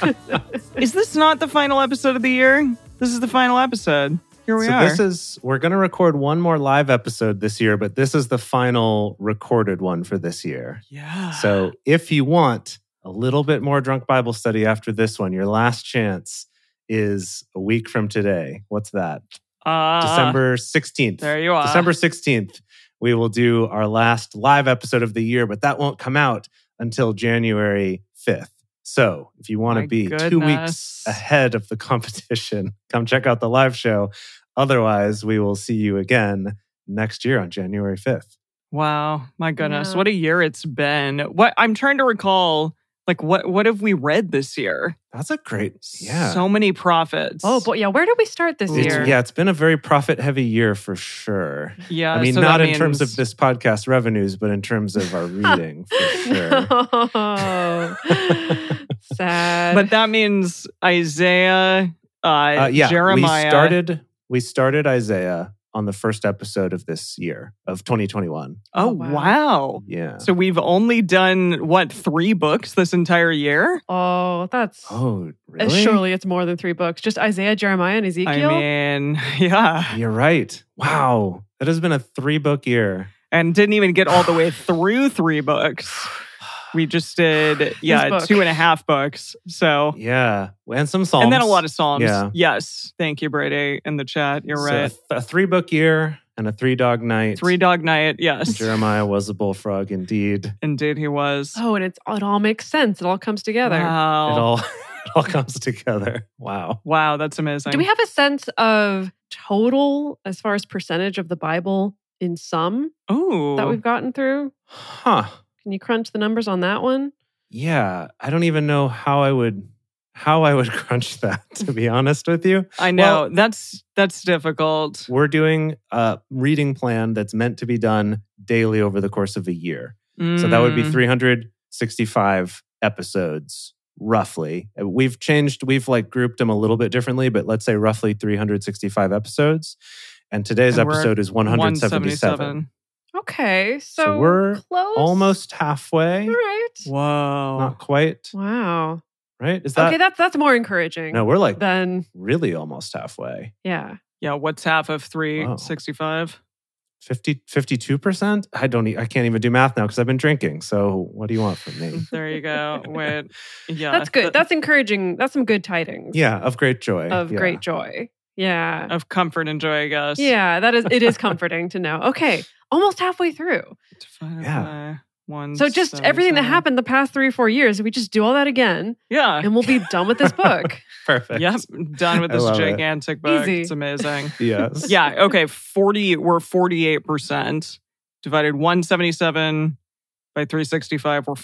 is this not the final episode of the year? This is the final episode. Here we so are. this is we're going to record one more live episode this year, but this is the final recorded one for this year. yeah. So if you want a little bit more drunk Bible study after this one, your last chance is a week from today. What's that? uh, December 16th. There you are. December 16th, we will do our last live episode of the year, but that won't come out until January 5th. So if you want My to be two goodness. weeks ahead of the competition, come check out the live show. Otherwise, we will see you again next year on January 5th. Wow, my goodness, Yeah. what a year it's been. What I'm trying to recall, like what what have we read this year? That's a great, yeah. So many prophets. Oh, but yeah, where did we start this It's- year? yeah, it's been a very profit heavy year for sure. yeah. I mean, so that not in terms means- of this podcast revenues, but in terms of our reading for sure. No. Sad. But that means Isaiah, uh, Uh, yeah, Jeremiah. we started we started Isaiah on the first episode of this year of 2021. Oh, Oh, wow. wow. Yeah. So we've only done, what, three books this entire year? oh, that's oh, uh, really? surely it's more than three books. Just Isaiah, Jeremiah, and Ezekiel. I mean, yeah. You're right. Wow, that has been a three book year. And didn't even get all the way through three books. We just did, yeah, book. two and a half books. So, Yeah, and some songs, and then a lot of Psalms. Yeah. Yes. Thank you, Brady, in the chat. You're So a, right. th- a three book year and a three dog night. Three Dog Night. Yes. Jeremiah was a bullfrog indeed. Indeed, he was. oh, and it's it all makes sense. It all comes together. Wow. It all it all comes together. Wow. wow. That's amazing. Do we have a sense of total as far as percentage of the Bible in some Ooh. that we've gotten through? Huh. Can you crunch the numbers on that one? Yeah, I don't even know how I would how I would crunch that to be honest with you. I know. that's that's difficult. We're doing a reading plan that's meant to be done daily over the course of a year. So that would be Mm. 365 episodes, roughly. We've changed, we've like grouped them a little bit differently, but let's say roughly 365 episodes. And today's And we're episode is 177. 177. Okay, so, So, we're close. almost halfway. all right. Whoa. Not quite, Wow. right? Is that okay, that's that's more encouraging. No, we're like Then really almost halfway. yeah. Yeah, what's half of 365? 50 52%? I don't e- I can't even do math now cuz I've been drinking. So what do you want from me? There you go. Wait. Yeah. That's good. th- That's encouraging. That's some good tidings. Yeah, of great joy. Of Yeah. great joy. Yeah. of comfort and joy, I guess. Yeah, that is it is comforting to know. Okay. Almost halfway through. Divided Yeah. by One So just everything that happened the past three or four years, we just do all that again Yeah. and we'll be done with this book. Perfect. Yep. Done with I this love it. gigantic book. Easy. It's amazing. Yes. yeah. Okay. 40, we're 48%. Divided 177 by 365, we're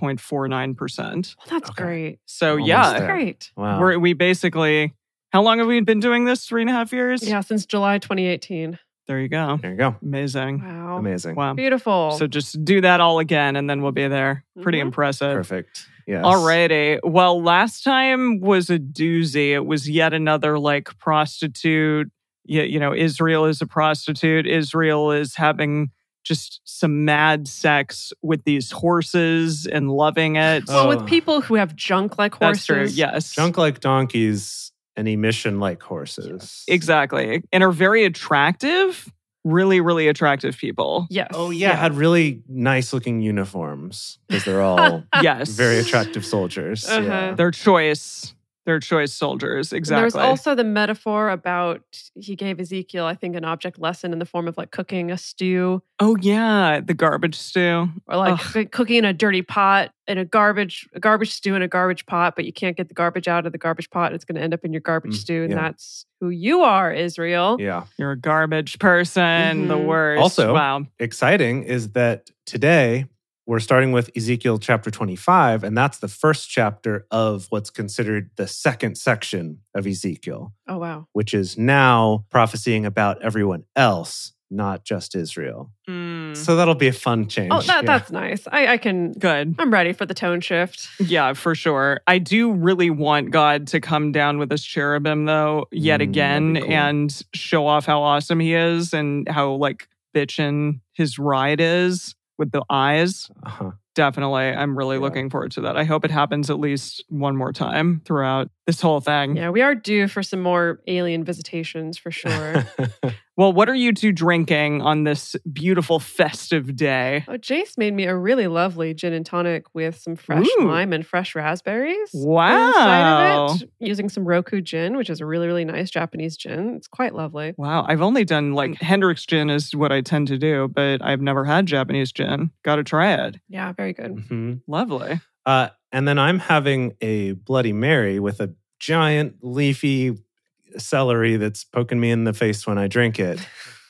48.49%. Well, that's Okay. great. So Almost yeah, That's there. great. Wow. we're, we basically, how long have we been doing this? Three and a half years? Yeah, since July 2018. There you go. there you go. Amazing. Wow. Amazing. Wow. Beautiful. So just do that all again and then we'll be there. Pretty Mhm. impressive. Perfect. Yes. Alrighty. Well, last time was a doozy. It was yet another like prostitute. You, you know, Israel is a prostitute. Israel is having just some mad sex with these horses and loving it. well, Oh. with people who have junk like That's horses. true. Yes. Junk like donkeys and emission like horses. Exactly. And are very attractive, really, really attractive people. Yes. Oh yeah, had really nice looking uniforms because they're all Yes. very attractive soldiers. Uh-huh. Yeah. Their choice. They're choice soldiers. And Exactly. There was also the metaphor about he gave Ezekiel, I think, an object lesson in the form of like cooking a stew oh yeah, the garbage stew. or like Ugh. cook- cooking in a dirty pot and a garbage a garbage stew in a garbage pot, but you can't get the garbage out of the garbage pot. It's going to end up in your garbage Mm, stew, and yeah. that's who you are, Israel. Yeah. You're a garbage person. The Mhm. worst. Also- wow. Exciting is that today we're starting with Ezekiel chapter 25, and that's the first chapter of what's considered the second section of Ezekiel, Oh wow, which is now prophesying about everyone else, not just Israel. Mm. So that'll be a fun change. oh Yeah. that, that's nice. I, I can. Good. I'm ready for the tone shift. Yeah, for sure. I do really want God to come down with his cherubim, though, yet Mm, that'd again, be cool. and show off how awesome he is and how like bitchin' his ride is with the eyes. Uh-huh. Definitely. I'm really Yeah. looking forward to that. I hope it happens at least one more time throughout this whole thing. Yeah, we are due for some more alien visitations for sure. Well, what are you two drinking on this beautiful festive day? oh, Jace made me a really lovely gin and tonic with some fresh Ooh. lime and fresh raspberries. Wow. inside of it using some Roku gin, which is a really, really nice Japanese gin. It's quite lovely. Wow, I've only done like Hendrix gin is what I tend to do, but I've never had Japanese gin. Got to try it. Yeah, very good. Mhm. Lovely. Uh, and then I'm having a Bloody Mary with a giant leafy celery that's poking me in the face when I drink it.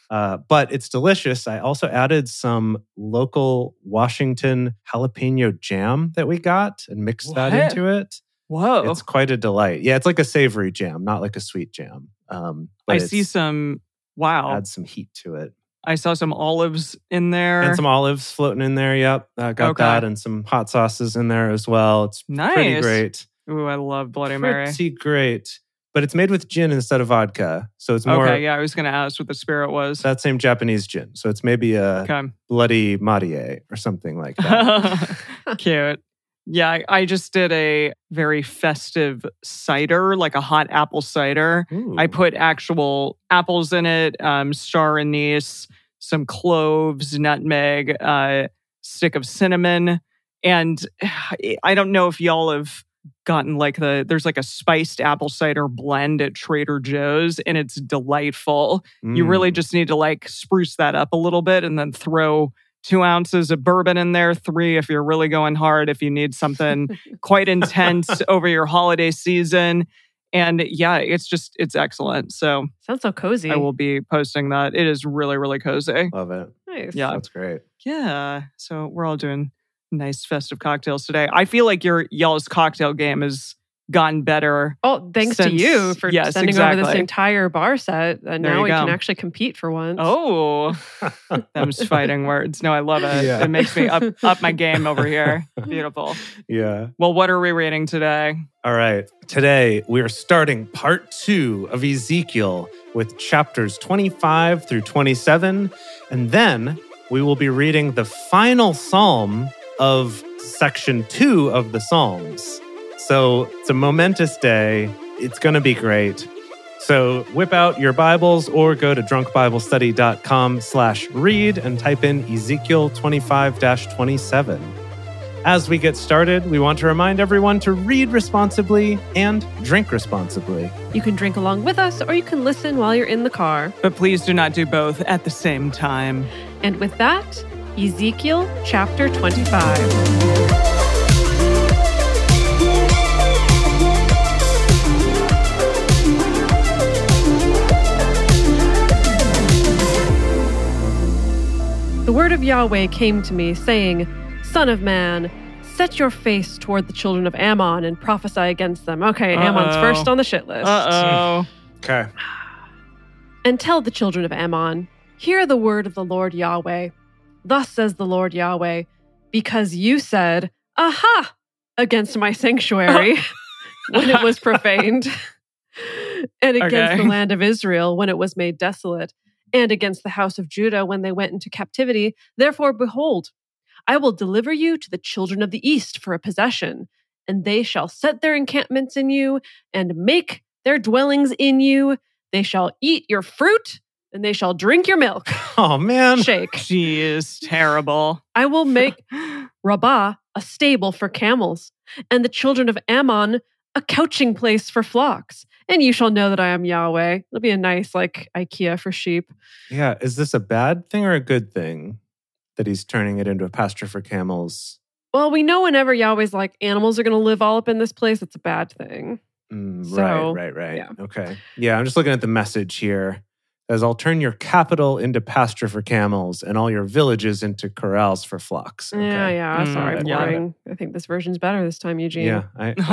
Uh, but it's delicious. I also added some local Washington jalapeno jam that we got and mixed What? Oh. that into it. Whoa. It's quite a delight. Yeah, it's like a savory jam, not like a sweet jam. Um, but I it's- see some. Wow. Add some heat to it. I saw some olives in there. And some olives floating in there. Yep. I got Okay. that. And some hot sauces in there as well. It's nice. pretty great. Ooh, I love Bloody Mary. pretty great. But it's made with gin instead of vodka, so it's more Okay, yeah, I was going to ask what the spirit was. that same Japanese gin. So it's maybe a Okay. bloody marie or something like that. Cute. Yeah, I, I just did a very festive cider, like a hot apple cider. I Ooh. put actual apples in it, um, star anise, some cloves, nutmeg, uh, stick of cinnamon, and I don't know if y'all have gotten like the there's like a spiced apple cider blend at Trader Joe's, and it's delightful. You Mm. really just need to like spruce that up a little bit, and then throw. Two ounces of bourbon in there, three if you're really going hard, if you need something quite intense over your holiday season. And yeah, it's just, it's excellent. So Sounds so cozy. Mm-hmm. I will be posting that. It is really, really cozy. love it. Nice. Yeah. That's great. Yeah. So we're all doing nice festive cocktails today. I feel like your y'all's cocktail game has gotten better. Oh, thanks Since- to you for yes, sending over this exactly. entire bar set. And There you now we can go. actually compete for once. Oh, them's fighting words. No, I love it. Yeah. It makes me up up my game over here. Beautiful. yeah. Well, what are we reading today? All right. Today we are starting part two of Ezekiel with chapters 25 through 27. And then we will be reading the final psalm of section two of the Psalms. So it's a momentous day. It's going to be great. So whip out your Bibles or go to drunkbiblestudy.com slash read and type in Ezekiel 25-27. As we get started, we want to remind everyone to read responsibly and drink responsibly. You can drink along with us or you can listen while you're in the car. But please do not do both at the same time. And with that, Ezekiel chapter 25. The word of Yahweh came to me, saying, Son of man, set your face toward the children of Ammon and prophesy against them. Okay, Ammon's Uh-oh. first on the shit list. Uh oh. Okay. And tell the children of Ammon, Hear the word of the Lord Yahweh. Thus says the Lord Yahweh, because you said, Aha! against my sanctuary when it was profaned, and against Okay. the land of Israel when it was made desolate, and against the house of Judah when they went into captivity. Therefore, behold, I will deliver you to the children of the east for a possession, and they shall set their encampments in you, and make their dwellings in you. They shall eat your fruit, and they shall drink your milk. Oh, man. Shake. Jeez, terrible. I will make Rabbah a stable for camels, and the children of Ammon a couching place for flocks, and you shall know that I am Yahweh. It'll be a nice, like, IKEA for sheep. Yeah. Is this a bad thing or a good thing that he's turning it into a pasture for camels? Well, we know whenever Yahweh's like, animals are going to live all up in this place, it's a bad thing. Mm, So, right, right, right. yeah. Okay. Yeah. I'm just looking at the message here. It Says, I'll turn your capital into pasture for camels and all your villages into corrals for flocks. Yeah, Okay. yeah. Mm, Sorry, yeah. boring. I think this version's better this time, Eugene. Yeah. I, I agree.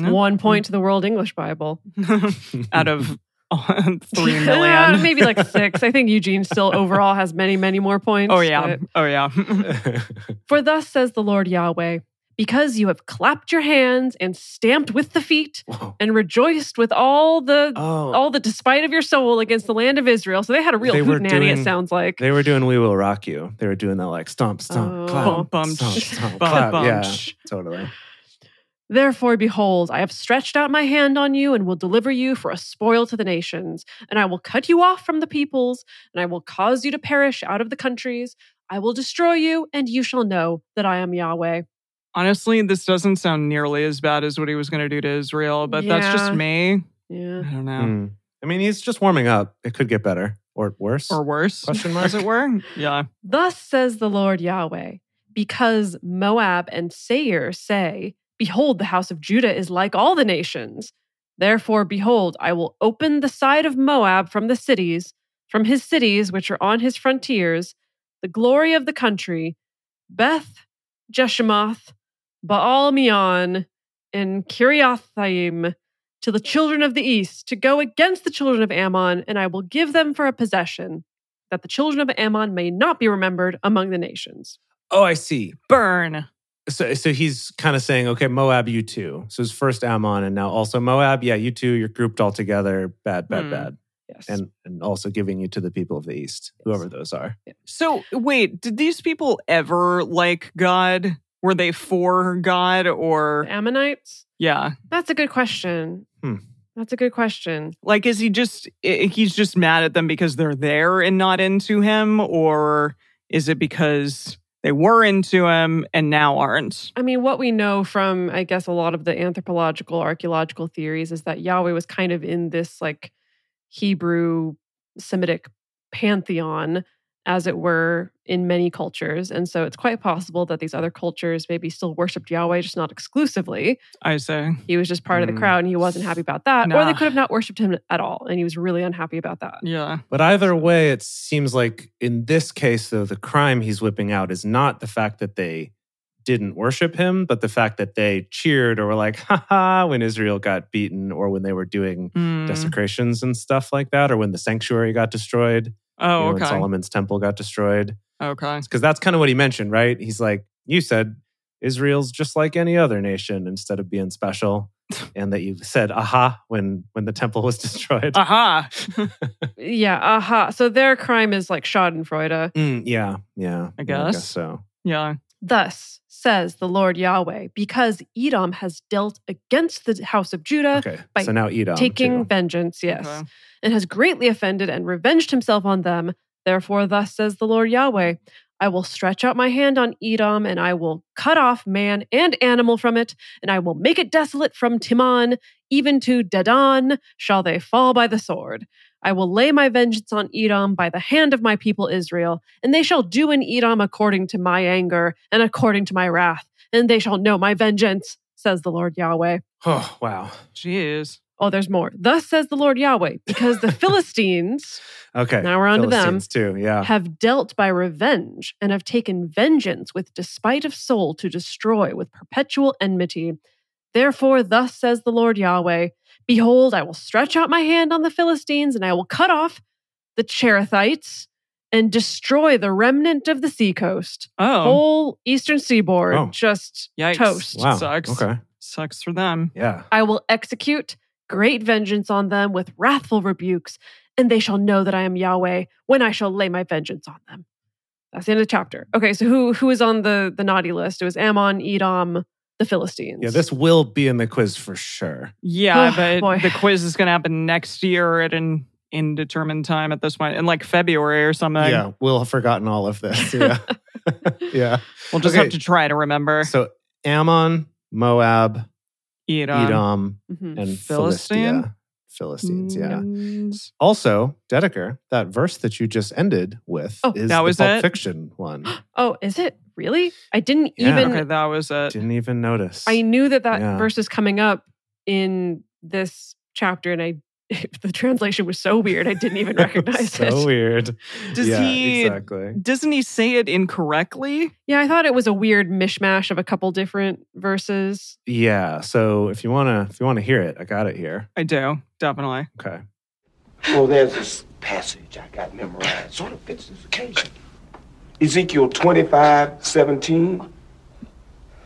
Mm. One point to the World English Bible. out of three Yeah, million. maybe like six. I think Eugene still overall has many, many more points. Uh, Oh yeah. but- Oh yeah. For thus says the Lord Yahweh, because you have clapped your hands and stamped with the feet Whoa. and rejoiced with all the Oh, all the despite of your soul against the land of Israel. So they had a real They were hootenanny, it doing- sounds like. they were doing "We Will Rock You." They were doing that like stomp, stomp, Oh. clap, Bum, bum, stomp, sh- stomp, bum, clap. bum, yeah, sh- totally. Therefore, behold, I have stretched out my hand on you and will deliver you for a spoil to the nations, and I will cut you off from the peoples, and I will cause you to perish out of the countries. I will destroy you, and you shall know that I am Yahweh. Honestly, this doesn't sound nearly as bad as what he was going to do to Israel, but that's just Yeah. me. I Yeah. don't know. Mm. I mean, he's just warming up. It could get better or worse. Or worse, Hmm. Question as mark? it were. Yeah. Thus says the Lord Yahweh, because Moab and Seir say, Behold, the house of Judah is like all the nations. Therefore, behold, I will open the side of Moab from the cities, from his cities which are on his frontiers, the glory of the country, Beth, Jeshimoth, Baal Meon, and Kiriathaim, to the children of the east, to go against the children of Ammon, and I will give them for a possession that the children of Ammon may not be remembered among the nations. oh, I see. Burn. So, so he's kind of saying, okay, Moab, you too. So his first Ammon, and now also Moab. Yeah, you two, you're grouped all together. Bad, bad, Hmm. bad, Yes. and and also giving you to the people of the east, whoever those are. So wait, did these people ever like God? Were they for God The or Ammonites? yeah? That's a good question. Hmm. That's a good question. Like, is he just i- he's just mad at them because they're there and not into him, or is it because they were into him and now aren't? I mean, what we know from, I guess, a lot of the anthropological, archaeological theories is that Yahweh was kind of in this like Hebrew Semitic pantheon, as it were, in many cultures. And so it's quite possible that these other cultures maybe still worshiped Yahweh, just not exclusively. I say. He was just part of Mm. the crowd and he wasn't happy about that. Or Nah. they could have not worshiped him at all. And he was really unhappy about that. Yeah. But either way, it seems like in this case, though, the crime he's whipping out is not the fact that they didn't worship him, but the fact that they cheered or were like, ha ha, when Israel got beaten or when they were doing Hmm. desecrations and stuff like that, or when the sanctuary got destroyed, you Oh, know, when okay. Solomon's temple got destroyed. Okay. Because that's kind of what he mentioned, right? He's like, you said Israel's just like any other nation instead of being special. and that you said aha when when the temple was destroyed. Uh, Aha. Yeah, aha. So their crime is like schadenfreude. Mm, yeah, yeah. I yeah, guess. so. yeah. Thus says the Lord Yahweh, because Edom has dealt against the house of Judah, Okay. by So now Edom. taking too. vengeance, yes, Okay. and has greatly offended and revenged himself on them. Therefore, thus says the Lord Yahweh, I will stretch out my hand on Edom, and I will cut off man and animal from it, and I will make it desolate from Timon, even to Dedan shall they fall by the sword. I will lay my vengeance on Edom by the hand of my people Israel, and they shall do in Edom according to my anger and according to my wrath, and they shall know my vengeance, says the Lord Yahweh. Oh, wow. Jeez. Oh, there's more. Thus says the Lord Yahweh, because the Philistines Okay. Now we're on to them. Philistines too. Yeah. have dealt by revenge and have taken vengeance with despite of soul to destroy with perpetual enmity. Therefore, thus says the Lord Yahweh Behold, I will stretch out my hand on the Philistines, and I will cut off the Cherethites and destroy the remnant of the seacoast. Oh. Whole eastern seaboard, Um. Oh. just Yikes. toast. Wow. Sucks. Okay. Sucks for them. Yeah. I will execute great vengeance on them with wrathful rebukes, and they shall know that I am Yahweh when I shall lay my vengeance on them. That's the end of the chapter. Okay, so who who is on the the naughty list? It was Ammon, Edom, the Philistines. Yeah. This will be in the quiz for sure. Yeah, Oh, but boy. the quiz is going to happen next year at an indeterminate time at this point, in like February or something. yeah. We'll have forgotten all of this. Yeah. yeah. We'll just Okay. have to try to remember. So Ammon, Moab, Edom. Edom, Mhm. and Philistine? Philistia. Philistines, yeah. Mm. Nins. Also, Dedeker, that verse that you just ended with Oh, is that the was Pulp it? Fiction one. Oh, is it really? I didn't Yeah. even. Okay, that was it. Didn't even notice. I knew that that Yeah. verse is coming up in this chapter, and I the translation was so weird, I didn't even recognize so it. weird. Does yeah, he- exactly? Doesn't he say it incorrectly? Yeah, I thought it was a weird mishmash of a couple different verses. Yeah. So if you wanna, if you wanna hear it, I got it here. I do, definitely. Okay. Well, there's this passage I got memorized. Sort of fits this occasion. Ezekiel 25, 17.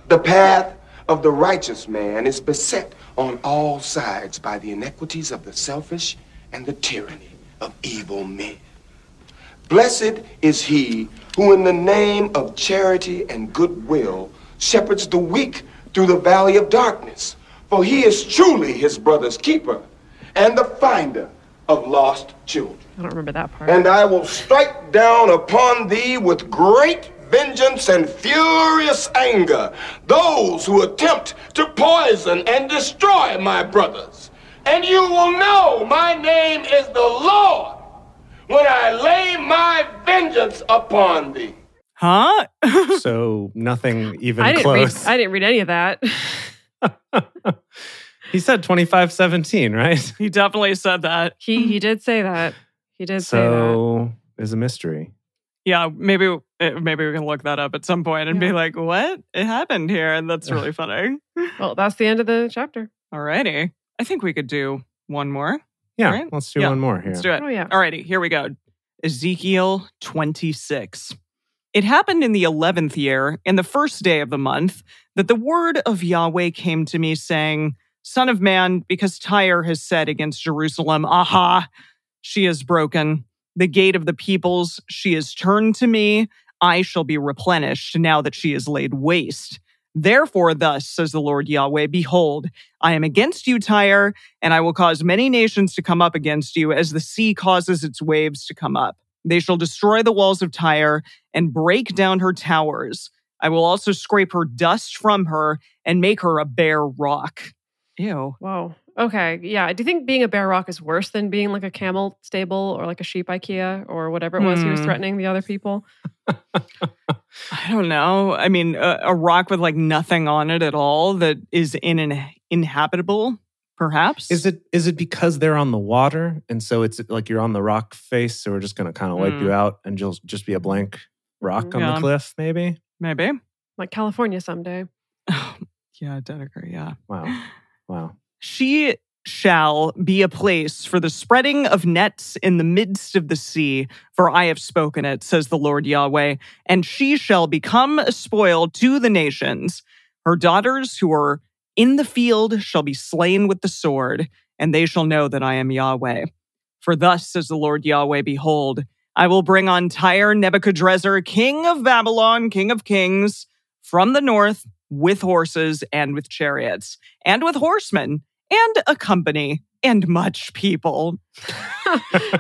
The path of the righteous man is beset on all sides by the iniquities of the selfish and the tyranny of evil men. Blessed is he who, in the name of charity and goodwill, shepherds the weak through the valley of darkness, for he is truly his brother's keeper and the finder of lost children. I don't remember that part. And I will strike down upon thee with great vengeance and furious anger those who attempt to poison and destroy my brothers. And you will know my name is the Lord when I lay my vengeance upon thee. Huh? So nothing even I didn't close. read. I didn't read any of that. he said twenty five seventeen, right? he definitely said that. he he did say that. He did say that. So is a mystery. Yeah, maybe eh, maybe we can look that up at some point and Yeah. be like, what? It happened here. And that's really funny. Well, that's the end of the chapter. Alrighty. I think we could do one more. Yeah. Right? Let's do Yeah, one more here. Let's do it. Oh yeah. Alrighty, here we go. Ezekiel 26. It happened in the 11th year, in the first day of the month, that the word of Yahweh came to me, saying, Son of man, because Tyre has said against Jerusalem, Aha, she is broken. The gate of the peoples, she is turned to me. I shall be replenished now that she is laid waste. Therefore, thus says the Lord Yahweh, Behold, I am against you, Tyre, and I will cause many nations to come up against you as the sea causes its waves to come up. They shall destroy the walls of Tyre and break down her towers. I will also scrape her dust from her and make her a bare rock. Ew. Wow. Okay. Yeah. Do you think being a bear rock is worse than being like a camel stable or like a sheep IKEA or whatever it was he was Hmm. threatening the other people? I don't know. I mean, a, a rock with like nothing on it at all that is in an inhabitable, perhaps. Is it is it because they're on the water and so it's like you're on the rock face, so we're just gonna kind of wipe Mm. you out and you'll just be a blank rock on Yeah. the cliff, maybe? Maybe. Like California someday. yeah, Dedeker. Yeah. Wow, wow. She shall be a place for the spreading of nets in the midst of the sea, for I have spoken it, says the Lord Yahweh, and she shall become a spoil to the nations. Her daughters who are in the field shall be slain with the sword, and they shall know that I am Yahweh. For thus says the Lord Yahweh, behold, I will bring on Tyre Nebuchadrezzar, king of Babylon, king of kings, from the north with horses and with chariots and with horsemen and a company and much people.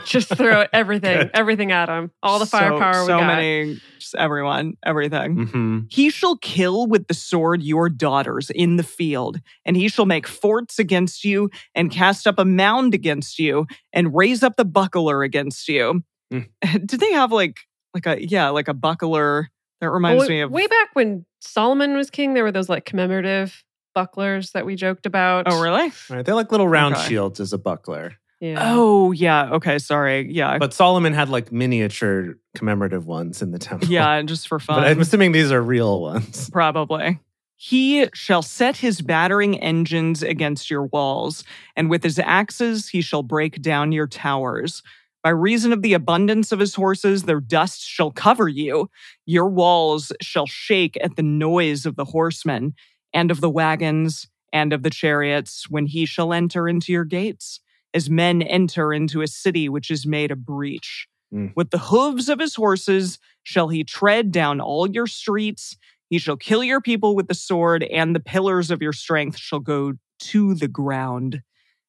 Just throw everything, Good. everything at him. All the firepower So, we so got. many, just everyone, everything. hmm He shall kill with the sword your daughters in the field, and he shall make forts against you, and cast up a mound against you, and raise up the buckler against you. Mm. Did they have like like a yeah like a buckler that Well, reminds way- me of? Oh, way back when Solomon was king, there were those like commemorative bucklers that we joked about. oh really? All right, they're like little round Okay. shields as a buckler. Yeah. Oh yeah. Okay. Sorry. Yeah. But Solomon had like miniature commemorative ones in the temple. yeah. Just for fun. But I'm assuming these are real ones. Probably. He shall set his battering engines against your walls, and with his axes he shall break down your towers. By reason of the abundance of his horses, their dust shall cover you. Your walls shall shake at the noise of the horsemen, and of the wagons, and of the chariots, when he shall enter into your gates, as men enter into a city which is made a breach. Mm. With the hooves of his horses shall he tread down all your streets. He shall kill your people with the sword, and the pillars of your strength shall go to the ground.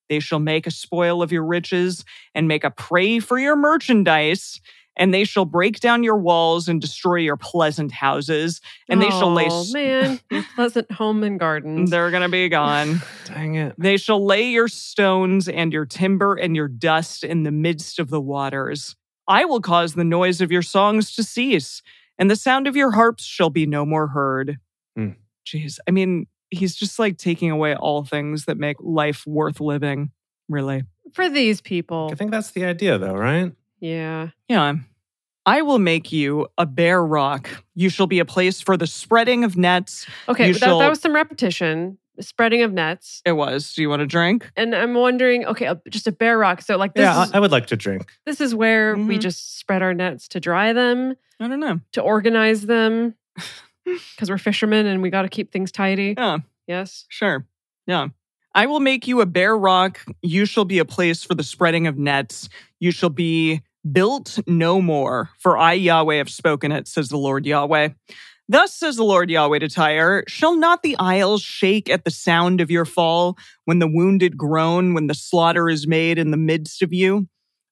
They shall make a spoil of your riches and make a prey for your merchandise. and they shall break down your walls and destroy your pleasant houses, and they shall lay. Oh man, your pleasant home and garden. They're gonna be gone. Dang it. They shall lay your stones and your timber and your dust in the midst of the waters. I will cause the noise of your songs to cease, and the sound of your harps shall be no more heard. Hmm. Jeez. I mean, he's just like taking away all things that make life worth living, really. For these people. I think that's the idea, though, right? Yeah. Yeah. I will make you a bare rock. You shall be a place for the spreading of nets. Okay, You but that, shall- that was some repetition. Spreading of nets. It was. Do you want a drink? And I'm wondering, okay, a, just a bare rock. So like this yeah, uh, is I, I would like to drink. this is where we Mhm. just spread our nets to dry them, I don't know. to organize them. Because we're fishermen and we gotta keep things tidy. Yeah. Yes. Sure. Yeah. I will make you a bare rock. You shall be a place for the spreading of nets. You shall be built no more, for I, Yahweh, have spoken it, says the Lord Yahweh. Thus says the Lord Yahweh to Tyre Shall not the isles shake at the sound of your fall, when the wounded groan, when the slaughter is made in the midst of you?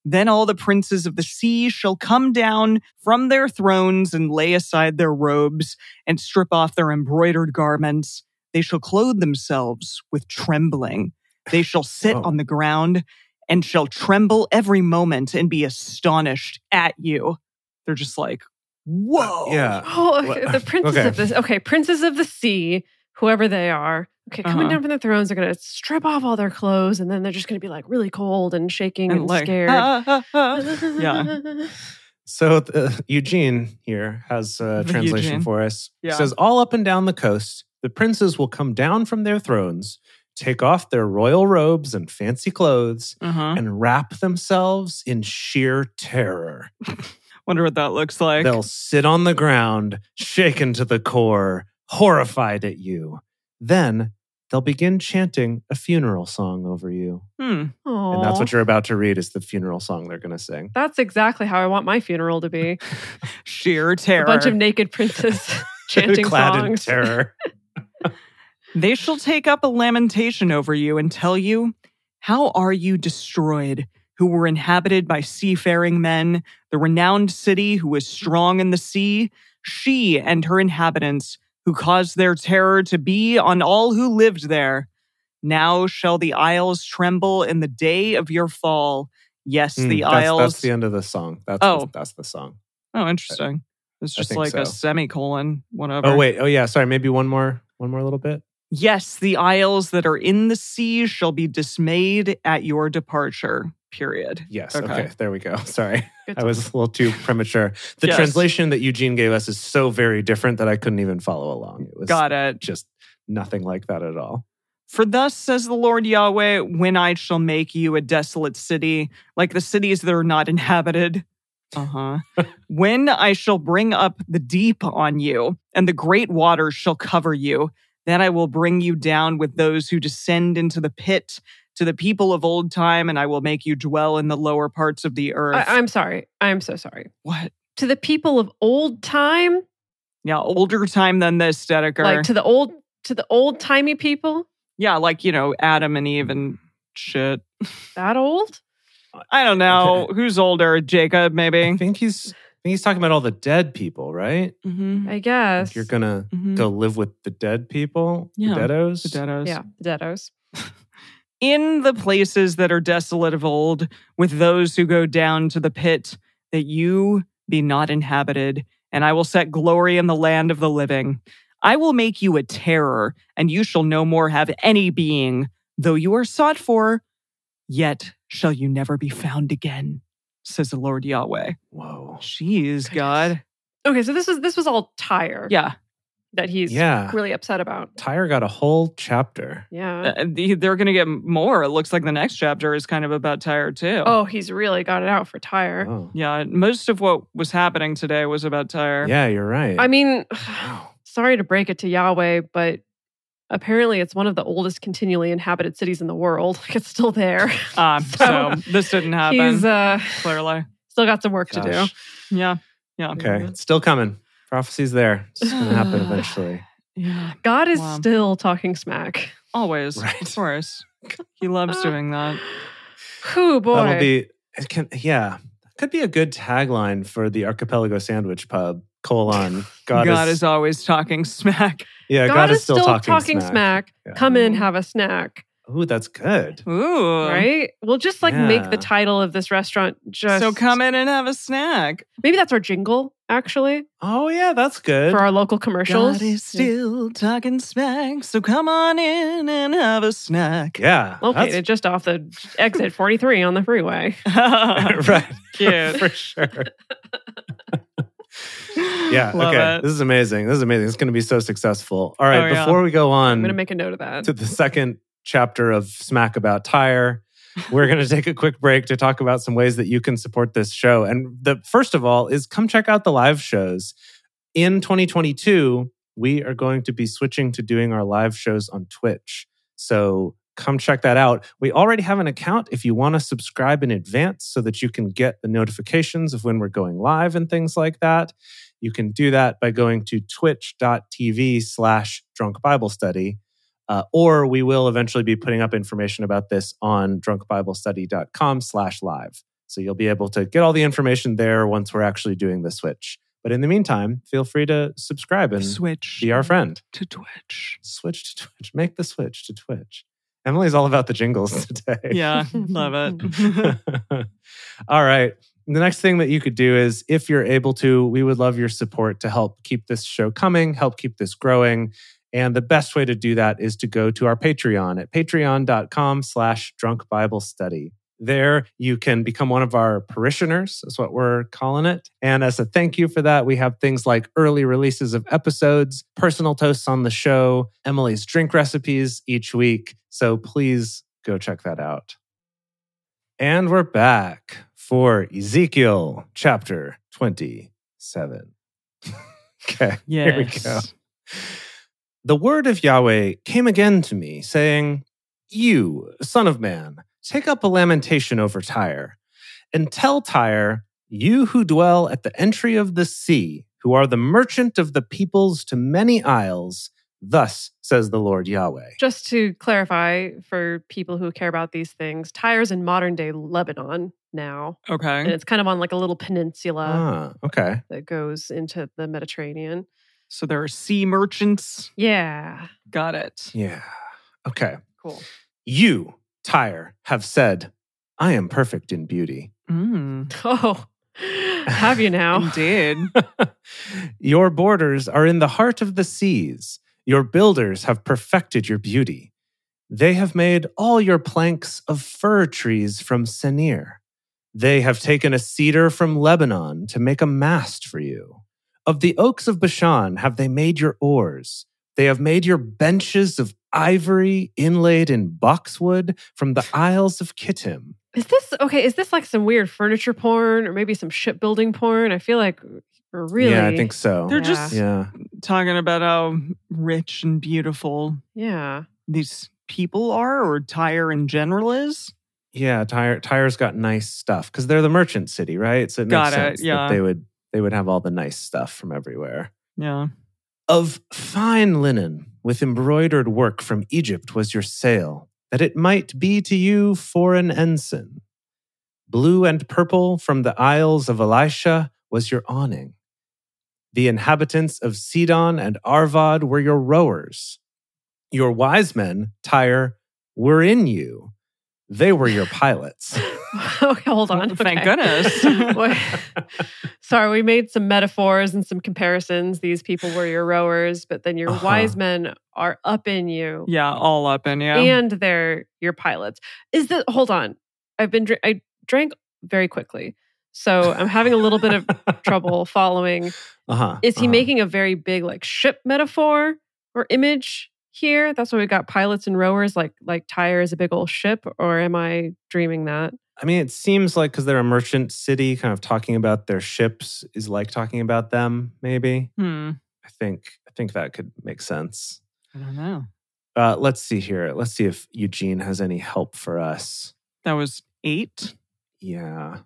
Then all the princes of the sea shall come down from their thrones and lay aside their robes and strip off their embroidered garments. They shall clothe themselves with trembling. They shall sit Oh. on the ground and shall tremble every moment and be astonished at you. They're just like, whoa. Uh, Yeah. Oh, What- okay, the princes okay. of this. Okay, princes of the sea, whoever they are. Okay, coming Uh-huh. down from the thrones, they're gonna strip off all their clothes, and then they're just gonna be like really cold and shaking and, And like, scared. "Ah, ah, Uh-huh. ah." Yeah. So uh, Eugene here has a The translation Eugene. for us. It Yeah. says, All up and down the coast, the princes will come down from their thrones, take off their royal robes and fancy clothes, uh-huh. and wrap themselves in sheer terror. Wonder what that looks like. They'll sit on the ground, shaken to the core, horrified at you. Then they'll begin chanting a funeral song over you. Hmm. And that's what Aw. you're about to read is the funeral song they're going to sing. That's exactly how I want my funeral to be. Sheer terror. A bunch of naked princes chanting Clad in songs. terror. They shall take up a lamentation over you and tell you, How are you destroyed, who were inhabited by seafaring men, the renowned city who was strong in the sea, she and her inhabitants, who caused their terror to be on all who lived there? Now shall the isles tremble in the day of your fall. Yes, Mm, the that's, isles. That's the end of the song. That's, Oh. the, that's the song. oh, interesting. It's I just think like a so. semicolon, whatever. Oh, wait. Oh, yeah. Sorry. Maybe one more, one more little bit. Yes, the isles that are in the sea shall be dismayed at your departure. Period. Yes. Okay. Okay. There we go. Sorry. Good I was a little too premature. The Yes. translation that Eugene gave us is so very different that I couldn't even follow along. It was Got it. just nothing like that at all. For thus says the Lord Yahweh, when I shall make you a desolate city, like the cities that are not inhabited. Uh huh. when I shall bring up the deep on you, and the great waters shall cover you, then I will bring you down with those who descend into the pit to the people of old time, and I will make you dwell in the lower parts of the earth. I, I'm sorry. I'm so sorry. what? To the people of old time, Yeah, older time than this, Dedeker. like to the old to the old timey people, Yeah, like, you know, Adam and Eve and shit. that old? I don't know. Who's older? Jacob, I maybe? think he's I think he's talking about all the dead people, right? Mm-hmm. I Like guess. you're gonna Mhm. go live with the dead people, Yeah. the deados. The deados. yeah, Mm-hmm. the deados. In the places that are desolate of old, with those who go down to the pit, that you be not inhabited, and I will set glory in the land of the living. I will make you a terror, and you shall no more have any being, though you are sought for, yet shall you never be found again, says the Lord Yahweh. Whoa. Jeez, God. Okay, so this was this was all Tyre Yeah. that he's Yeah. really upset about. Tyre got a whole chapter. Yeah. Uh, the- they're going to get more. It looks like the next chapter is kind of about Tyre, too. oh, he's really got it out for Tyre. Oh. Yeah. Most of what was happening today was about Tyre. Yeah, you're right. I mean, Wow. sorry to break it to Yahweh, but apparently it's one of the oldest continually inhabited cities in the world. Like it's still there. Um, so, So, this didn't happen, He's uh, clearly. still got some work to do. Gosh. Yeah. Okay. It's still coming. Prophecy's there. It's gonna happen eventually. Yeah. God is Wow. still talking smack. Always. Right. Of course. He loves doing that. Who boy? That'll be it can yeah. Could be a good tagline for the Archipelago Sandwich Pub. Colon. God, God, is, is, always talking smack. yeah. God, is still, talking, smack. Yeah. Come in, have a snack. Ooh, that's good. Ooh. Right? We'll just like make Yeah. the title of this restaurant just So come in and have a snack. Maybe that's our jingle, actually, Oh yeah, that's good. for our local commercials. God is still talking smack. So come on in and have a snack. yeah. Located that's- just off the exit 43 on the freeway. right. Cute. for sure. Yeah. Love okay. it. This is amazing. This is amazing. It's going to be so successful. All right. Oh, yeah. before we go I'm on going to make a note of that. Mm. to the second chapter of Smack About Tire, we're going to take a quick break to talk about some ways that you can support this show. And the first of all is come check out the live shows. In 2022, we are going to be switching to doing our live shows on Twitch. So come check that out. We already have an account if you want to subscribe in advance so that you can get the notifications of when we're going live and things like that. You can do that by going to twitch.tv slash drunk Bible study. Uh, or we will eventually be putting up information about this on drunkbiblestudy.com slash live. So you'll be able to get all the information there once we're actually doing the switch. But in the meantime, feel free to subscribe and Switch be our friend. to Twitch. Switch to Twitch. Make the switch to Twitch. Emily's all about the jingles today. Yeah, love it. All right. The next thing that you could do is if you're able to, we would love your support to help keep this show coming, help keep this growing. And the best way to do that is to go to our Patreon at patreon.com slash drunk Bible study. There you can become one of our parishioners, is what we're calling it. And as a thank you for that, we have things like early releases of episodes, personal toasts on the show, Emily's drink recipes each week. So please go check that out. And we're back for Ezekiel chapter 27. okay. Here we Yes. go. The word of Yahweh came again to me, saying, You, son of man, take up a lamentation over Tyre, and tell Tyre, You who dwell at the entry of the sea, who are the merchant of the peoples to many isles, thus says the Lord Yahweh. just to clarify for people who care about these things, Tyre's in modern day Lebanon now. And Okay. it's kind of on like a little peninsula Ah, okay. that goes into the Mediterranean. So there are sea merchants. Yeah. Got it. Yeah. Okay. Cool. You, Tyre, have said, I am perfect in beauty. Mm, Oh, have you Oh. now? Indeed. your borders are in the heart of the seas. Your builders have perfected your beauty. They have made all your planks of fir trees from Senir. They have taken a cedar from Lebanon to make a mast for you. Of the oaks of Bashan have they made your oars. They have made your benches of ivory inlaid in boxwood from the Isles of Kittim. Is this okay? Is this like some weird furniture porn or maybe some shipbuilding porn? I feel like really. Yeah, I think so. They're Yeah. just yeah. talking about how rich and beautiful Yeah. these people are, or Tyre in general is. Yeah, Tyre Tyre's got nice stuff because they're the merchant city, right? So it makes Got it, sense yeah. that they would they would have all the nice stuff from everywhere. Yeah. Of fine linen with embroidered work from Egypt was your sail, that it might be to you for an ensign. Blue and purple from the isles of Elisha was your awning. The inhabitants of Sidon and Arvad were your rowers. Your wise men, Tyre, were in you. They were your pilots. okay, Oh, hold on. Thank Okay. goodness. What- Sorry, we made some metaphors and some comparisons. These people were your rowers, but then your Uh-huh. wise men are up in you, Yeah, all up in you. and they're your pilots. Is that? Hold on, I've been dr- I drank very quickly, so I'm having a little bit of trouble following. Uh-huh. Is he uh-huh. making a very big like ship metaphor or image here? That's why we got pilots and rowers, like like Tyre is a big old ship, or am I dreaming that? I mean, it seems like because they're a merchant city, kind of talking about their ships is like talking about them. Maybe Hmm. I think I think that could make sense. I don't know. Uh, let's see here. Let's see if Eugene has any help for us. That was eight. Yeah.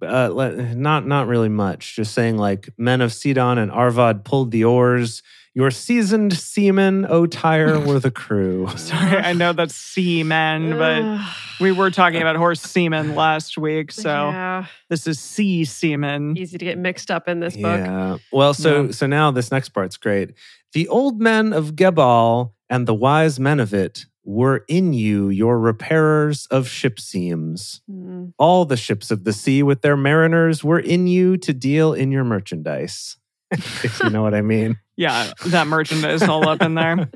uh, le- not not really much. Just saying, like men of Sidon and Arvad pulled the oars. Your seasoned seamen, O Tyre, were the crew. Sorry, I know that's seamen, but we were talking about horse semen last week, so yeah, this is sea semen. easy to get mixed up in this book. Hmm? Yeah. Well, so so now this next part's great. The old men of Gebal and the wise men of it were in you, your repairers of ship seams. Mm. All the ships of the sea with their mariners were in you to deal in your merchandise. if you know what I mean. Yeah, that merchant is all up in there.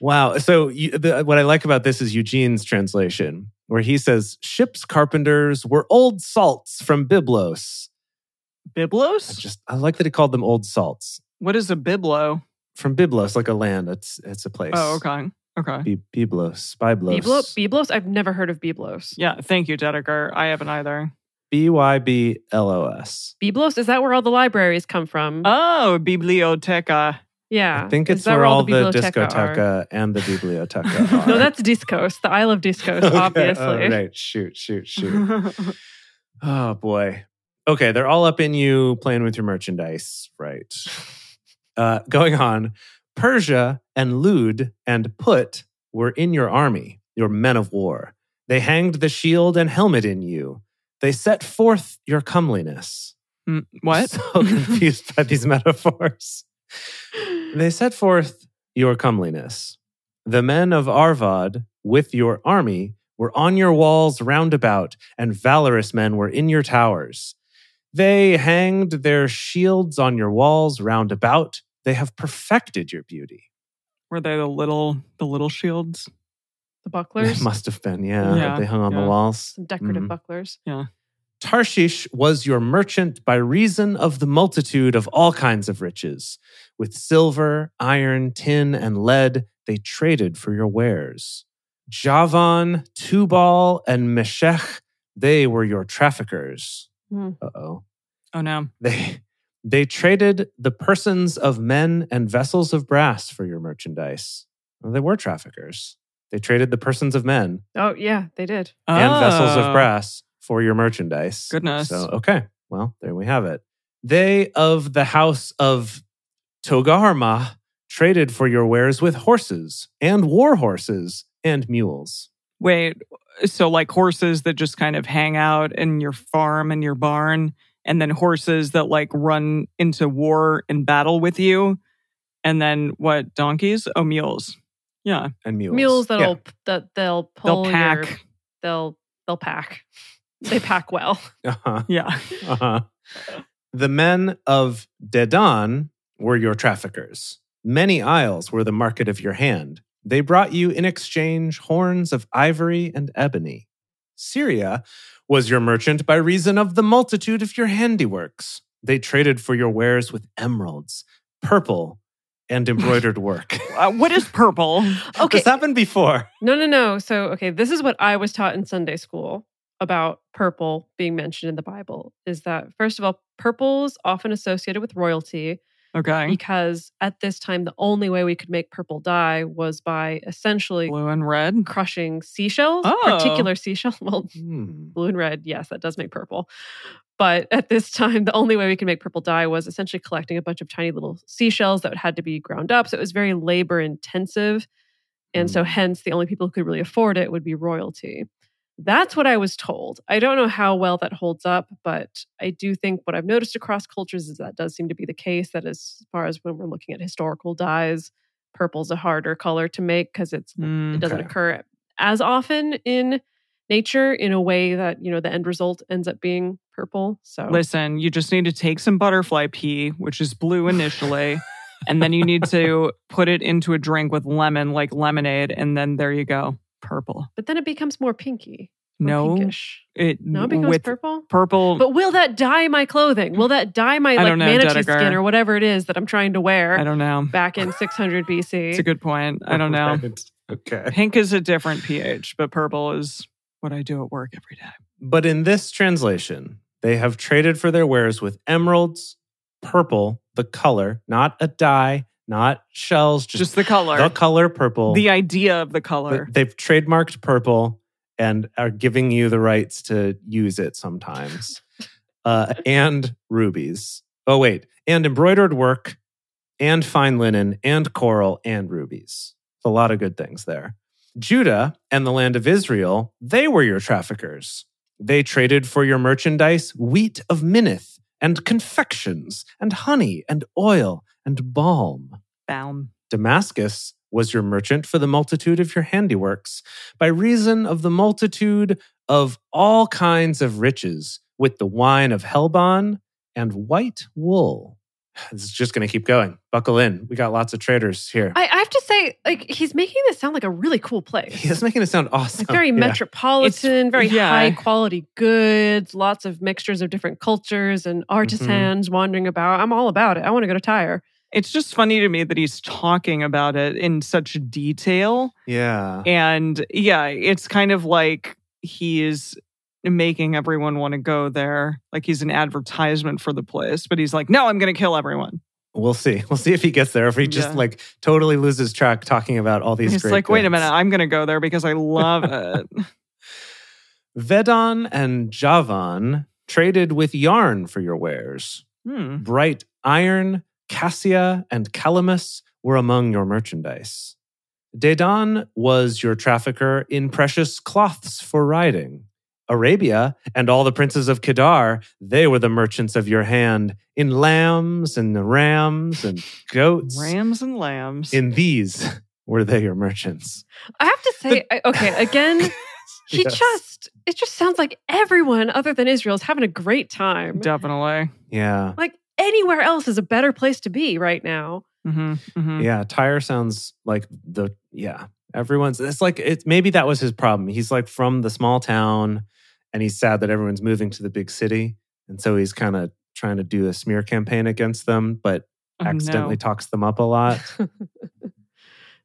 Wow. So you, the, what I like about this is Eugene's translation, where he says ships carpenters were old salts from Byblos. I Biblos? just I like that he called them old salts What is a biblo? from Byblos, like a land. It's it's a place. Oh, okay. Okay. Bi- Byblos, Byblos, Biblos? Biblos? I've never heard of Biblos. Yeah, thank you, Dedeker. I haven't either. B Y B L O S. Biblos? Is that where all the libraries come from? Oh, biblioteca. yeah. I Uh, think Is it's that where all the biblioteca are? discoteca and the biblioteca are. no, that's Discos, the Isle of Discos, Okay. obviously. Oh, right. Shoot, shoot, shoot. Oh boy. Okay, they're all up in you playing with your merchandise, right? Uh, going on, Persia and Lud and Put were in your army, your men of war. They hanged the shield and helmet in you. They set forth your comeliness. Mm, what? So confused by these metaphors. They set forth your comeliness. The men of Arvad with your army were on your walls round about, and valorous men were in your towers. They hanged their shields on your walls round about. They have perfected your beauty. Were they the little the little shields? The It bucklers, must have been, yeah. Yeah, they hung on yeah. the walls. some decorative Mm-hmm. Mhm. bucklers. Tarshish was your merchant by reason of the multitude of all kinds of riches. With silver, iron, tin, and lead, they traded for your wares. Javan, Tubal, and Meshech, they were your traffickers. Hmm. Uh oh. Oh no. They, they traded the persons of men and vessels of brass for your merchandise. Well, they were traffickers. They traded the persons of men Oh, yeah, they did. and vessels Oh. Ah. of brass for your merchandise. Goodness. So, okay. Well, there we have it. They of the house of Togarma traded for your wares with horses and war horses and mules. Wait, so like horses that just kind of hang out in your farm and your barn, and then horses that like run into war and battle with you, and then what? Donkeys? Oh, mules. Yeah, And mules. Mules that'll Yeah. that they'll pull they'll your- pack. they'll they'll pack. They pack well. Uh-huh. Yeah. Uh-huh. The men of Dedan were your traffickers. Many isles were the market of your hand. They brought you in exchange horns of ivory and ebony. Syria was your merchant by reason of the multitude of your handiworks. They traded for your wares with emeralds, purple, and embroidered work. Uh, what is purple? Okay. This happened before. No, no, no. So, okay, this is what I was taught in Sunday school about purple being mentioned in the Bible is that first of all, purple's often associated with royalty Okay. because at this time the only way we could make purple dye was by essentially Blue and red. crushing seashells, Oh. particular seashell. Well, Hmm. blue and red, yes, that does make purple. But at this time, the only way we could make purple dye was essentially collecting a bunch of tiny little seashells that had to be ground up. So it was very labor intensive. And so, Mm. hence, the only people who could really afford it would be royalty. That's what I was told. I don't know how well that holds up, but I do think what I've noticed across cultures is that does seem to be the case. That as far as when we're looking at historical dyes, purple's a harder color to make because it's it Mm, doesn't Okay. occur as often in nature in a way that you know the end result ends up being purple so Listen, you just need to take some butterfly pea, which is blue initially, and then you need to put it into a drink with lemon, like lemonade, and then there you go, purple. but then it becomes more pinky more No, pinkish. it no it becomes with purple purple. but will that dye my clothing will that dye my I like don't know, manatee Dedeker. skin or whatever it is that i'm trying to I wear don't know. back in 600 It's bc a good point. I don't know. Oh, Right. Okay. Pink is a different pH, but purple is what I do at work every day. But in this translation, they have traded for their wares with emeralds, purple, the color, not a dye, not shells, Just, just, the color, the color purple. the idea of the color. Th- They've trademarked purple and are giving you the rights to use it sometimes. Uh, and rubies. Oh, wait. And embroidered work, and fine linen, and coral, and rubies. A lot of good things there. Judah and the land of Israel, they were your traffickers. They traded for your merchandise wheat of Minnith, and confections, and honey, and oil, and balm. Baum. Damascus was your merchant for the multitude of your handiworks, by reason of the multitude of all kinds of riches, with the wine of Helbon and white wool. This is just going to keep going. Buckle in. We got lots of traders here. I, I have to say, like he's making this sound like a really cool place. He's making it sound awesome. Like very Yeah. metropolitan, very yeah. high quality goods, lots of mixtures of different cultures and artisans wandering about. I'm all about it. I want to go to Tyre. It's just funny to me that he's talking about it in such detail. Yeah. And yeah, it's kind of like he is making everyone want to go there. Like he's an advertisement for the place, but he's like, no, I'm going to kill everyone. We'll see. We'll see if he gets there. If he just Yeah. like totally loses track talking about all these He's great like, wait a things." minute, I'm going to go there because I love it. Vedon and Javan traded with yarn for your wares. hmm. Bright iron, cassia, and calamus were among your merchandise. Dedan was your trafficker in precious cloths for riding. Arabia and all the princes of Kedar, they were the merchants of your hand in lambs and rams and goats. Rams and lambs. In these were they your merchants. I have to say, I, okay, again, he Yes. just, it just sounds like everyone other than Israel is having a great time. Definitely. Yeah. Like anywhere else is a better place to be right now. hmm hmm Yeah, Tyre sounds like the yeah. Everyone's it's like it's maybe that was his problem. He's like from the small town and he's sad that everyone's moving to the big city. And so he's kind of trying to do a smear campaign against them, but Oh, accidentally no. talks them up a lot.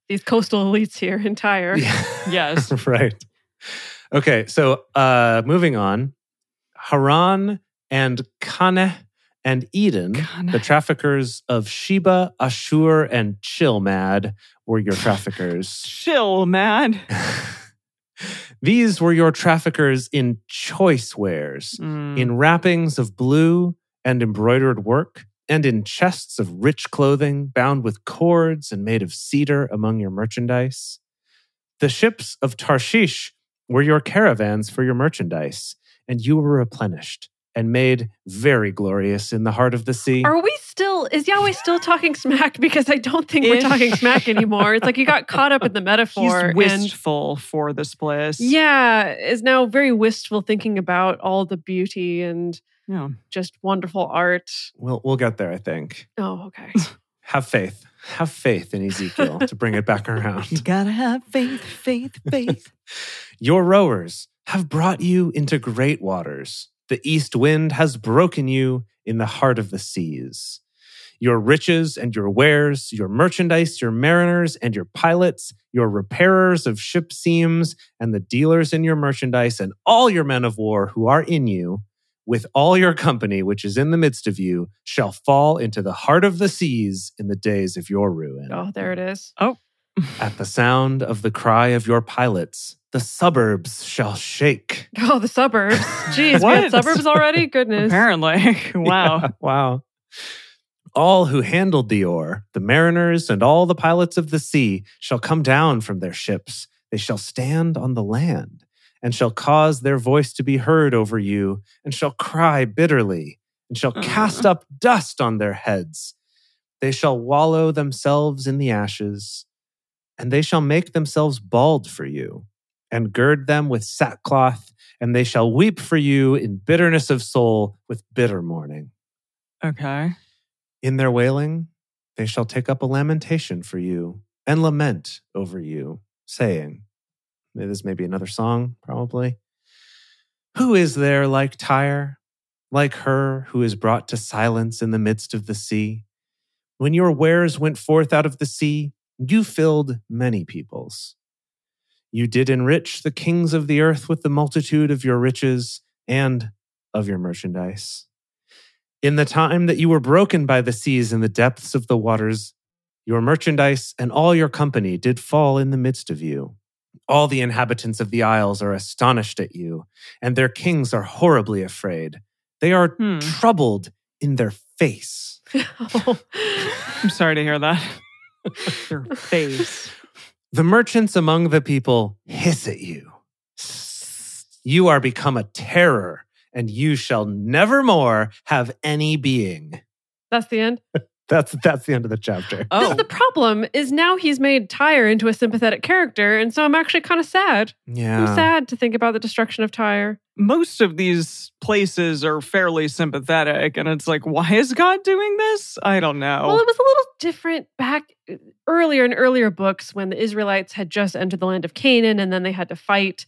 These coastal elites here in Tyre. Yeah. Yes. right. Okay, so uh moving on. Haran and Kaneh and Eden, Kaneh. the traffickers of Sheba, Ashur, and Chilmad were your traffickers. Chill, mad. These were your traffickers in choice wares, Hmm. Mm. in wrappings of blue and embroidered work, and in chests of rich clothing bound with cords and made of cedar among your merchandise. The ships of Tarshish were your caravans for your merchandise, and you were replenished and made very glorious in the heart of the sea. Are we still, is Yahweh still talking smack? Because I don't think we're Ish. talking smack anymore. It's like he got caught up in the metaphor. He's and wistful for this place. Yeah, is now very wistful thinking about all the beauty and Yeah. just wonderful art. We'll, we'll get there, I think. Oh, okay. Have faith. Have faith in Ezekiel to bring it back around. gotta have faith, faith, faith. Your rowers have brought you into great waters. The east wind has broken you in the heart of the seas. Your riches and your wares, your merchandise, your mariners and your pilots, your repairers of ship seams, and the dealers in your merchandise, and all your men of war who are in you, with all your company which is in the midst of you, shall fall into the heart of the seas in the days of your ruin. Oh, there it is. At the sound of the cry of your pilots, the suburbs shall shake. Oh, the suburbs. Jeez, we What? had suburbs already? Goodness. Apparently. wow. Yeah, wow. All who handled the oar, the mariners and all the pilots of the sea, shall come down from their ships. They shall stand on the land, and shall cause their voice to be heard over you, and shall cry bitterly, and shall cast up dust on their heads. They shall wallow themselves in the ashes, and they shall make themselves bald for you, and gird them with sackcloth, and they shall weep for you in bitterness of soul with bitter mourning. Okay. In their wailing, they shall take up a lamentation for you and lament over you, saying, This may be another song, probably. Who is there like Tyre, like her who is brought to silence in the midst of the sea? When your wares went forth out of the sea, you filled many peoples. You did enrich the kings of the earth with the multitude of your riches and of your merchandise. In the time that you were broken by the seas and the depths of the waters, your merchandise and all your company did fall in the midst of you. all the inhabitants of the isles are astonished at you, and their kings are horribly afraid. They are Hmm. troubled in their face. Oh. I'm sorry to hear that. Your face. The merchants among the people hiss at you. You are become a terror, and you shall nevermore have any being. That's the end. That's that's the end of the chapter. This Oh, is the problem is now he's made Tyre into a sympathetic character, and so I'm actually kind of sad. Yeah. I'm sad to think about the destruction of Tyre. most of these places are fairly sympathetic, and it's like, why is God doing this? I don't know. Well, it was a little different back uh, earlier in earlier books when the Israelites had just entered the land of Canaan and then they had to fight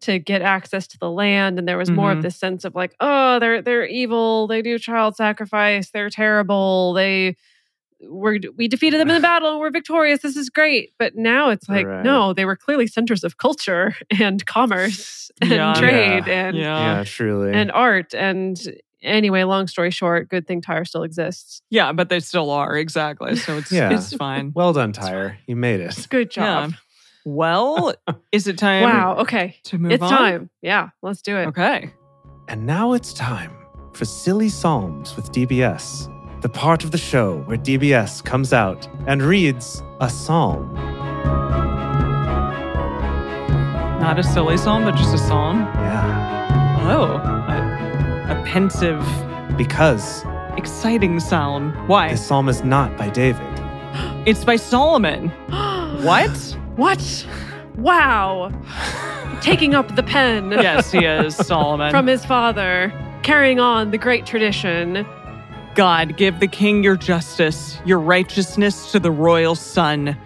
to get access to the land. And there was more Mhm. of this sense of like, oh, they're they're evil, they do child sacrifice, they're terrible, they were we defeated them in the battle and we're victorious. This is great. But now it's like, Right. no, they were clearly centers of culture and commerce and Yeah. trade and yeah. yeah, truly. and art. And anyway, long story short, good thing Tyre still exists. Yeah, but they still are exactly. So it's Yeah. it's fine. well done, Tyre. You made it. Good job. Yeah. Well, is it time? Wow. Okay. To move It's on? time. Yeah. Let's do it. Okay. And now it's time for Silly Psalms with DBS, the part of the show where DBS comes out and reads a psalm. Not a silly song, but just a song. Yeah. Oh, a, a pensive, Because exciting psalm. Why? this psalm is not by David. It's by Solomon. What? What? Wow. Taking up the pen yes, he is Solomon. from his father, carrying on the great tradition. God, give the king your justice, your righteousness to the royal son.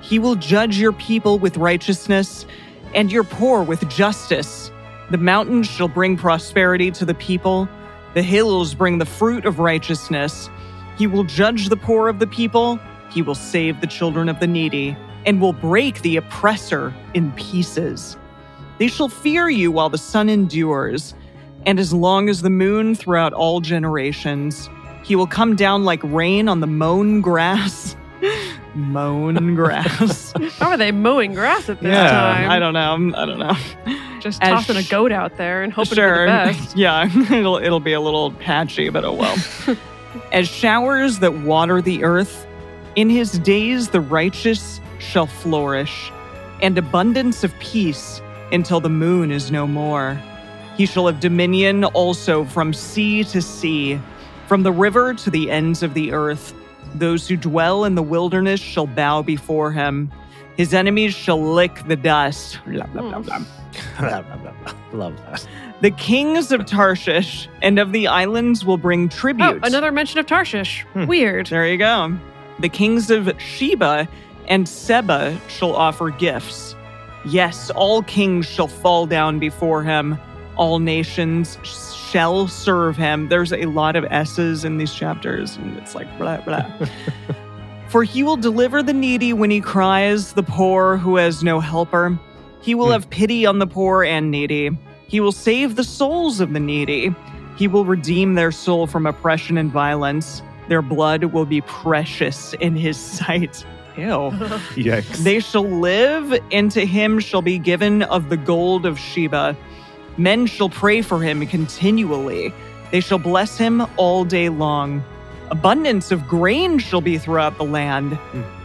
He will judge your people with righteousness and your poor with justice. The mountains shall bring prosperity to the people, the hills bring the fruit of righteousness. He will judge the poor of the people, he will save the children of the needy, and will break the oppressor in pieces. They shall fear you while the sun endures, and as long as the moon throughout all generations. He will come down like rain on the mown grass. mown grass. How are they mowing grass at this Yeah, time? I don't know. I'm- I don't know. Just As tossing a sh- goat out there and hoping sure. for the best. Yeah, it'll, it'll be a little patchy, but oh well. As showers that water the earth, in his days the righteous shall flourish, and abundance of peace until the moon is no more. He shall have dominion also from sea to sea, from the river to the ends of the earth. Those who dwell in the wilderness shall bow before him. His enemies shall lick the dust. Blah, blah, blah, Mm. blah. Love that. The kings of Tarshish and of the islands will bring Oh, tribute. another mention of Tarshish. Hmm. Weird. There you go. The kings of Sheba and Seba shall offer gifts. Yes, all kings shall fall down before him. All nations shall serve him. There's a lot of S's in these chapters, and it's like blah, blah. For he will deliver the needy when he cries, the poor who has no helper. He will Hmm. have pity on the poor and needy. He will save the souls of the needy. He will redeem their soul from oppression and violence. Their blood will be precious in his sight. Ew. Yikes. They shall live, and to him shall be given of the gold of Sheba. Men shall pray for him continually. They shall bless him all day long. Abundance of grain shall be throughout the land.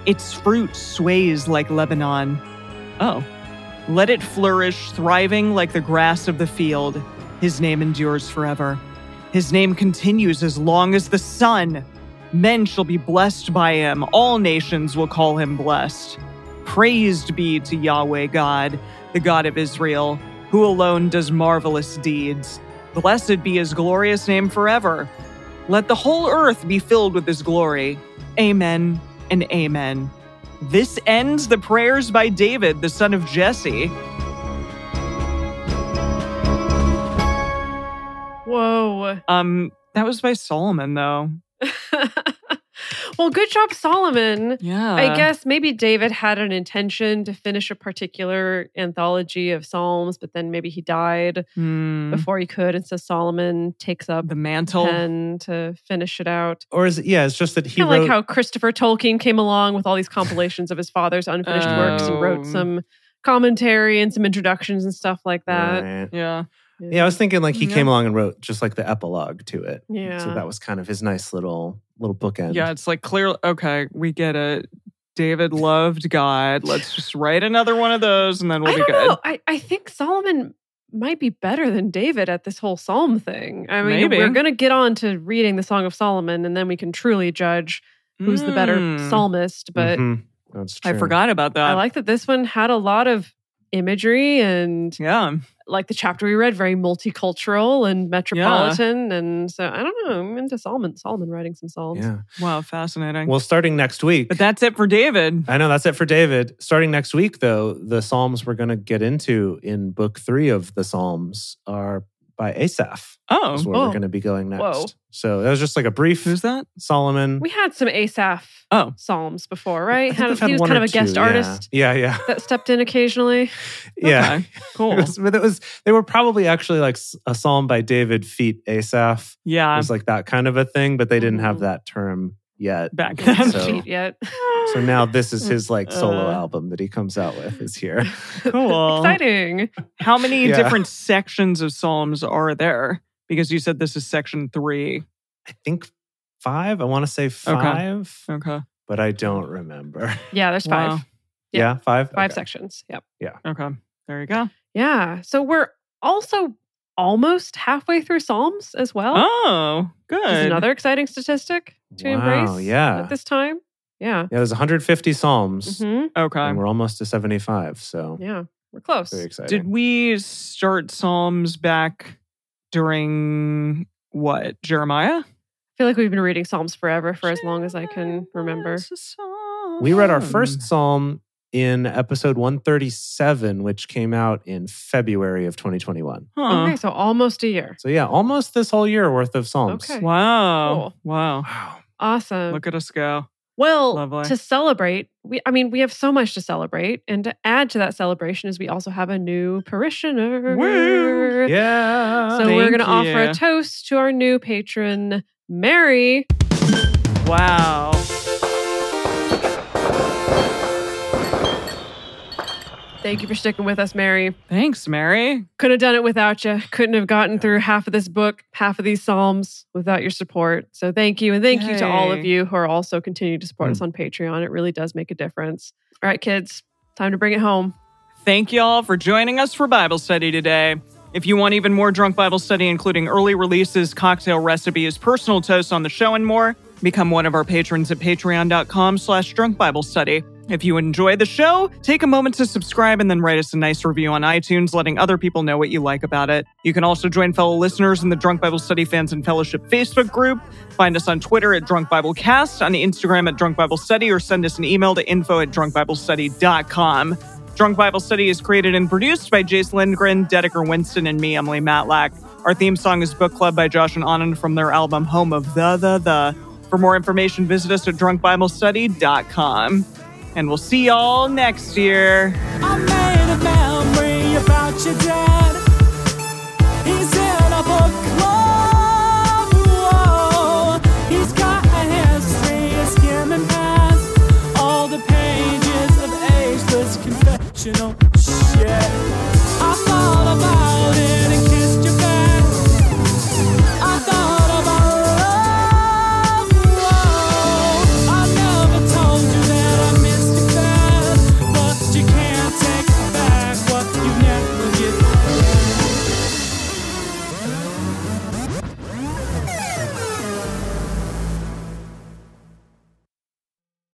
Its fruit sways like Lebanon. Oh. Let it flourish, thriving like the grass of the field. His name endures forever. His name continues as long as the sun. Men shall be blessed by him. All nations will call him blessed. Praised be to Yahweh God, the God of Israel, who alone does marvelous deeds. Blessed be his glorious name forever. Let the whole earth be filled with his glory. Amen and amen. This ends the prayers by David, the son of Jesse. Whoa. Um, that was by Solomon, though. well, good job, Solomon. Yeah, I guess maybe David had an intention to finish a particular anthology of Psalms, but then maybe he died Hmm. before he could. And so Solomon takes up the the mantle. pen to finish it out. or is it, yeah, it's just that he Kind of wrote like how Christopher Tolkien came along with all these compilations of his father's unfinished works and wrote Um, some commentary and some introductions and stuff like that. Right. Yeah. Yeah, I was thinking like he Yeah. came along and wrote just like the epilogue to it. Yeah. So that was kind of his nice little little bookend. Yeah. It's like clear. Okay. We get it. David loved God. Let's just write another one of those and then we'll I be don't good. know. I, I think Solomon might be better than David at this whole psalm thing. I mean, Maybe. we're going to get on to reading the Song of Solomon, and then we can truly judge who's the better Mm. psalmist. But Mhm. that's Hmm. I true. forgot about that. I like that this one had a lot of imagery and yeah. like the chapter we read very multicultural and metropolitan and so i don't know i'm into solomon solomon writing some psalms Yeah. Wow. Fascinating. Well, starting next week. but that's it for David. I know that's it for David. Starting next week, though, the Psalms we're going to get into in Book Three of the Psalms are by Asaph. Is Oh, where oh. we're going to be going next. Whoa. So that was just like a brief who's that? Solomon. we had some asaph Oh. psalms before I right think Had- I've had he was one kind or of a guest two, yeah. artist Yeah, yeah, that stepped in occasionally yeah. Okay. Cool. It was, but it was they were probably actually like s- a psalm by David feat Asaph. it Yeah. was like that kind of a thing, but they didn't have Mhm. that term yet. mm-hmm. Back I haven't then. So- cheated yet So now this is his like solo Uh. album that he comes out with is here. Cool. exciting How many Yeah. different sections of Psalms are there? Because you said this is section three. I think five. I want to say five, Okay. but I don't remember. yeah there's five Wow. Yeah. Yeah, five. five Okay. sections yep Okay. There you go. yeah so we're also almost halfway through psalms as well Oh, which is good. another exciting statistic to Wow, embrace yeah. at this time yeah Yeah, there's 150 psalms, Mm-hmm. hmm okay. and we're almost to 75. So yeah we're close very exciting. Did we start Psalms back during what? Jeremiah? I feel like we've been reading Psalms forever for as long as I can remember. It's a psalm. We read our first psalm in episode 137, which came out in February of 2021. Huh. Okay, so almost a year. So yeah, almost this whole year worth of psalms. Okay. Wow. Cool. Uh, Wow. Wow. Awesome. Look at us go. well, lovely. to celebrate, we I mean, we have so much to celebrate. And to add to that celebration is we also have a new parishioner. Woo! Yeah. So we're Thank going to offer you. a toast to our new patron, Mary. Wow. Thank you for sticking with us, Mary. Thanks, Mary. Couldn't have done it without you. Couldn't have gotten through half of this book, half of these Psalms without your support. So thank you. And thank you to all of Yay. you who are also continuing to support us on Patreon. It really does make a difference. All right, kids, time to bring it home. Thank you all for joining us for Bible study today. If you want even more drunk Bible study, including early releases, cocktail recipes, personal toasts on the show, and more, become one of our patrons at patreon.com slash drunk Bible study. If you enjoy the show, take a moment to subscribe and then write us a nice review on iTunes, letting other people know what you like about it. You can also join fellow listeners in the Drunk Bible Study Fans and Fellowship Facebook group. Find us on Twitter at Drunk Bible Cast, on Instagram at Drunk Bible Study, or send us an email to info at drunkbiblestudy.com. Drunk Bible Study is created and produced by Jace Lindgren, Dedeker Winston, and me, Emily Matlack. Our theme song is Book Club by Josh and Anand from their album Home of the The The. For more information, visit us at drunkbiblestudy.com. And we'll see y'all next year. I made a memory about your dad. He's in a book club. Whoa. He's got a history of skimming past all the pages of ageless confessional shit.